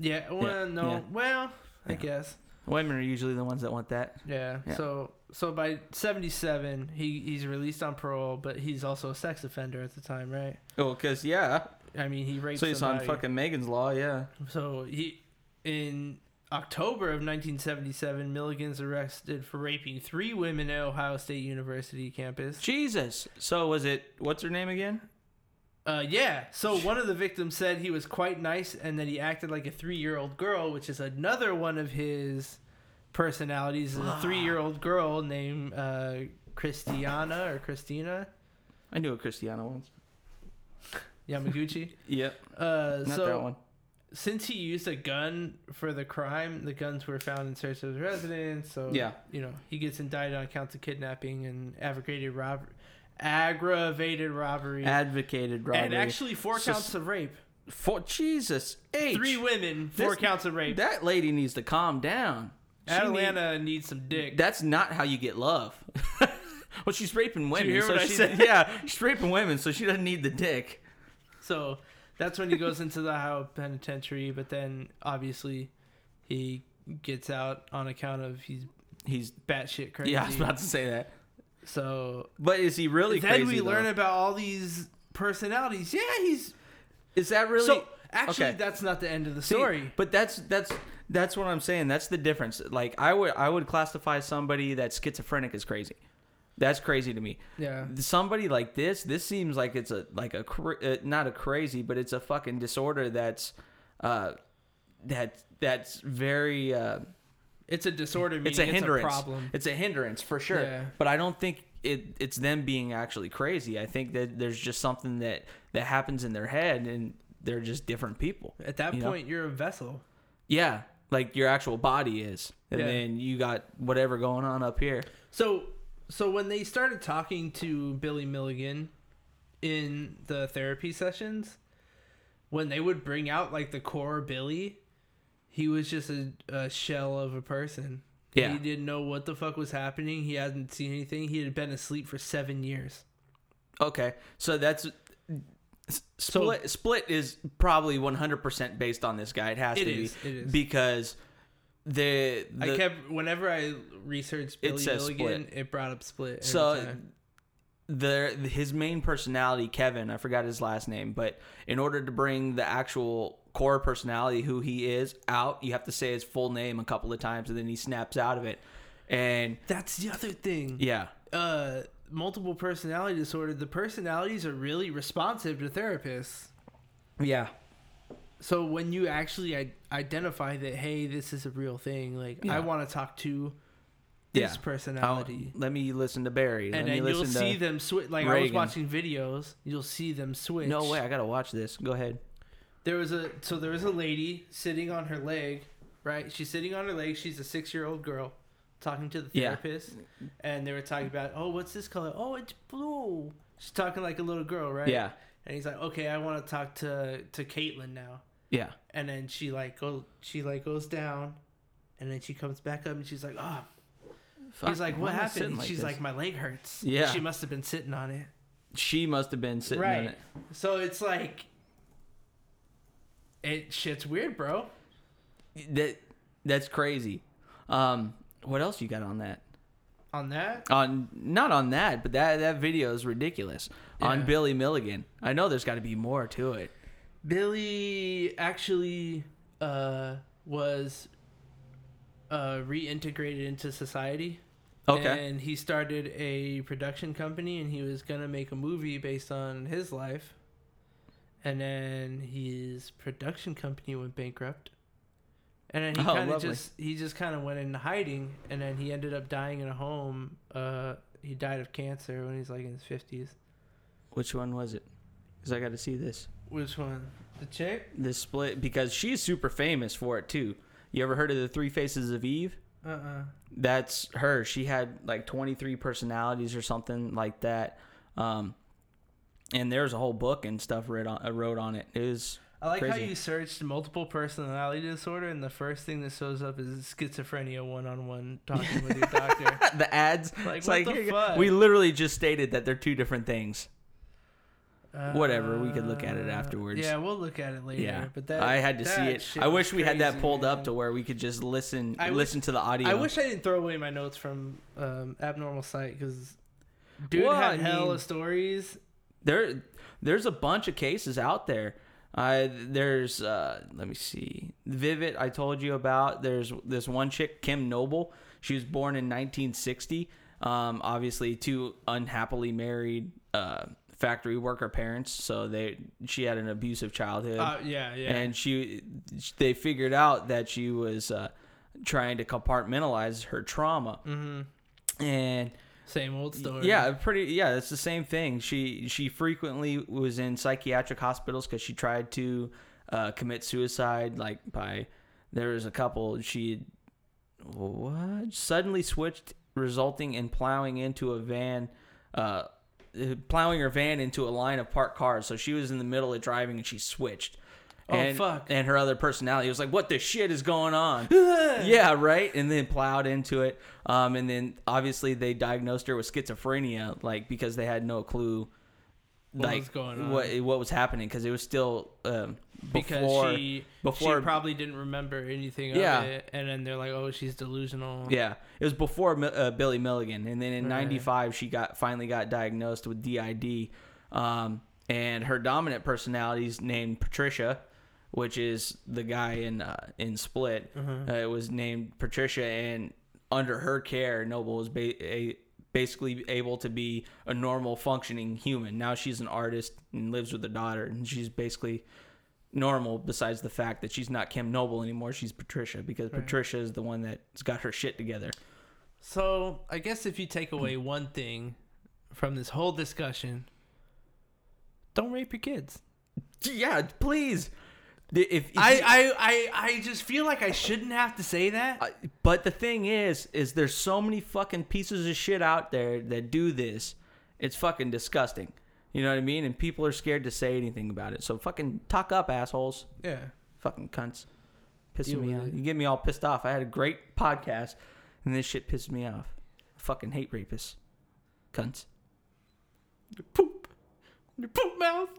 A: yeah, well,
B: yeah,
A: no,
B: yeah.
A: well, I
B: Yeah.
A: guess,
B: Women are usually the ones that want that.
A: yeah.
B: Yeah.
A: So, so by seventy-seven, he he's released on parole, but he's also a sex offender at the time, right?
B: Oh, cause yeah.
A: I mean, he raped
B: So he's on
A: somebody.
B: fucking Megan's Law, yeah.
A: So he, in October of nineteen seventy-seven, Milligan's arrested for raping three women at Ohio State University campus.
B: Jesus. So was it what's her name again?
A: Uh, yeah. So one of the victims said he was quite nice and that he acted like a three-year-old girl, which is another one of his personalities. Is a three-year-old girl named uh, Christiana or Christina
B: I knew a Christiana once.
A: Yamaguchi.
B: Yep.
A: Uh,
B: Not
A: so
B: that one.
A: since he used a gun for the crime, the guns were found in search of his residence. So
B: Yeah.
A: you know he gets indicted on counts of kidnapping and aggravated robbery, aggravated robbery,
B: Advocated robbery.
A: and actually four
B: So-
A: counts of rape.
B: for Jesus H.
A: Three women, four
B: This-
A: counts of rape.
B: That lady needs to calm down. She
A: Atlanta needs some dick.
B: need- that's not how you get love. (laughs) well, she's raping women.
A: you hear
B: so
A: what I
B: she,
A: said?
B: (laughs) Yeah, she's raping women, so she doesn't need the dick.
A: so that's when he goes into the Ohio penitentiary, but then obviously he gets out on account of he's
B: He's
A: batshit crazy.
B: yeah, I was about to say that.
A: so
B: But is he really
A: then
B: crazy?
A: we learn
B: though?
A: about all these personalities. Yeah, he's
B: is that really
A: so. Actually,
B: Okay.
A: that's not the end of the
B: See,
A: story.
B: but that's that's that's what I'm saying. That's the difference. Like I would I would classify somebody that's schizophrenic as crazy. That's crazy to me.
A: yeah,
B: Somebody like this, this seems like it's a like a cra- uh, not a crazy, but it's a fucking disorder that's uh that that's very uh
A: it's a disorder. Meaning
B: it's a hindrance.
A: It's a problem.
B: It's a hindrance for sure.
A: Yeah.
B: But I don't think it, it's them being actually crazy. I think that there's just something that that happens in their head, and they're just different people.
A: At that
B: you know?
A: point, you're a vessel.
B: Yeah, like your actual body is, and
A: Yeah.
B: then you got whatever going on up here.
A: So, so when they started talking to Billy Milligan in the therapy sessions, when they would bring out like the core Billy, he was just a, a shell of a person.
B: Yeah.
A: He didn't know what the fuck was happening. He hadn't seen anything. He had been asleep for seven years.
B: Okay, so that's s- split. split is probably 100 percent based on this guy. It has
A: It
B: to
A: is,
B: be
A: it is.
B: because the, the
A: I kept whenever I researched
B: It
A: Billy
B: says
A: Milligan, it brought up Split. every
B: so
A: time.
B: the his main personality kevin i forgot his last name but in order to bring the actual core personality who he is out you have to say his full name a couple of times and then he snaps out of it and
A: that's the other thing.
B: yeah
A: uh multiple personality disorder the personalities are really responsive to therapists
B: yeah
A: so when you actually I- identify that hey this is a real thing like
B: Yeah.
A: i want to talk to this
B: Yeah. I'll-
A: personality
B: let me listen to barry
A: and
B: let me
A: then you'll
B: listen to
A: see them switch like i was
B: Reagan.
A: watching videos you'll see them switch
B: no way i gotta watch this go ahead
A: there was a so there was a lady sitting on her leg right she's sitting on her leg she's a six year old girl talking to the
B: Yeah.
A: therapist and they were talking about oh what's this color oh it's blue she's talking like a little girl right
B: yeah
A: and he's like, "Okay, I want to talk to to Caitlin now."
B: yeah
A: And then she like go she like goes down, and then she comes back up and she's like, "Oh."
B: Fuck,
A: he's like,
B: why
A: "What
B: am I
A: happened?"
B: sitting like
A: she's
B: this?
A: like, "My leg hurts."
B: Yeah.
A: she must have been sitting on it.
B: she must have been sitting on
A: right.
B: it
A: So it's like, it shit's weird, bro.
B: that that's crazy um what else you got on that
A: On that,
B: on not on that, but that that video is ridiculous.
A: Yeah.
B: On Billy Milligan, I know there's got to be more to it.
A: Billy actually uh, was uh, reintegrated into society.
B: Okay,
A: And he started a production company and he was going to make a movie based on his life. And then his production company went bankrupt. And then he
B: Oh,
A: kind of
B: lovely.
A: just he just kind of went into hiding and then he ended up dying in a home. Uh he died of cancer when he's like in his 50s.
B: which one was it? Because I got to see this
A: Which one? The chick?
B: this split because she's super famous for it too. You ever heard of the Three Faces of Eve?
A: Uh-uh.
B: That's her. She had like 23 personalities or something like that. Um, and there's a whole book and stuff wrote on, uh, wrote on it. It was
A: I like how
B: Crazy.
A: you searched multiple personality disorder and the first thing that shows up is schizophrenia one-on-one talking with your doctor.
B: (laughs) the ads.
A: Like,
B: it's
A: what
B: like
A: the
B: here you go.
A: fuck?
B: we literally just stated that they're two different things.
A: Uh,
B: (laughs) Whatever, we could look at it afterwards.
A: Yeah, we'll look at it later.
B: Yeah,
A: but that
B: I had to see
A: that
B: it.
A: shit
B: I
A: was
B: wish we had that
A: crazy,
B: pulled
A: man.
B: up to where we could just listen,
A: I wish-
B: listen to the audio.
A: I wish I didn't throw away my notes from um, abnormal sight because dude
B: Well,
A: had
B: I
A: hella
B: mean-
A: stories.
B: there, there's a bunch of cases out there. Uh, there's, uh, let me see, Vivid. I told you about. There's this one chick, Kim Noble. She was born in 1960. Um, obviously, two unhappily married uh, factory worker parents. So they, she had an abusive childhood.
A: Uh, yeah, yeah.
B: and she they figured out that she was uh, trying to compartmentalize her trauma
A: Mm.
B: and
A: mm-hmm. Same old story.
B: yeah pretty yeah it's the same thing she she frequently was in psychiatric hospitals because she tried to uh, commit suicide like by there was a couple she what suddenly switched resulting in plowing into a van uh, plowing her van into a line of parked cars so she was in the middle of driving and she switched
A: Oh,
B: and,
A: fuck.
B: and her other personality was like what the shit is
A: (laughs)
B: going on yeah right and then plowed into it um, and then obviously they diagnosed her with schizophrenia like because they had no clue
A: What
B: like
A: was going on?
B: what what was happening because it was still um,
A: (laughs) because
B: before
A: she
B: before
A: she probably didn't remember anything
B: Yeah.
A: of it, and then they're like, "Oh, she's delusional."
B: yeah it was before Mi- uh, Billy Milligan and then in
A: Right.
B: '95 she got finally got diagnosed with DID um, and her dominant personality is named Patricia which is the guy in uh, in Split
A: Mm-hmm.
B: uh, it was named Patricia and under her care Noble was ba- a, basically able to be a normal functioning human now she's an artist and lives with her daughter and she's basically normal besides the fact that she's not Kim Noble anymore. She's Patricia because
A: Right.
B: Patricia is the one that's got her shit together.
A: So I guess if you take away one thing from this whole discussion, don't rape your kids.
B: Yeah, please. The- If, if you-
A: I, I, I, I just feel like I shouldn't have to say that.
B: I- uh, but the thing is, is there's so many fucking pieces of shit out there that do this. It's fucking disgusting. You know what I mean? And people are scared to say anything about it. So fucking talk up, assholes.
A: yeah.
B: Fucking cunts. Pissing
A: Deal
B: me
A: with
B: off.
A: it.
B: You get me all pissed off. I had a great podcast, and this shit pissed me off. fucking hate rapists. Cunts.
A: Your poop. Your poop mouth.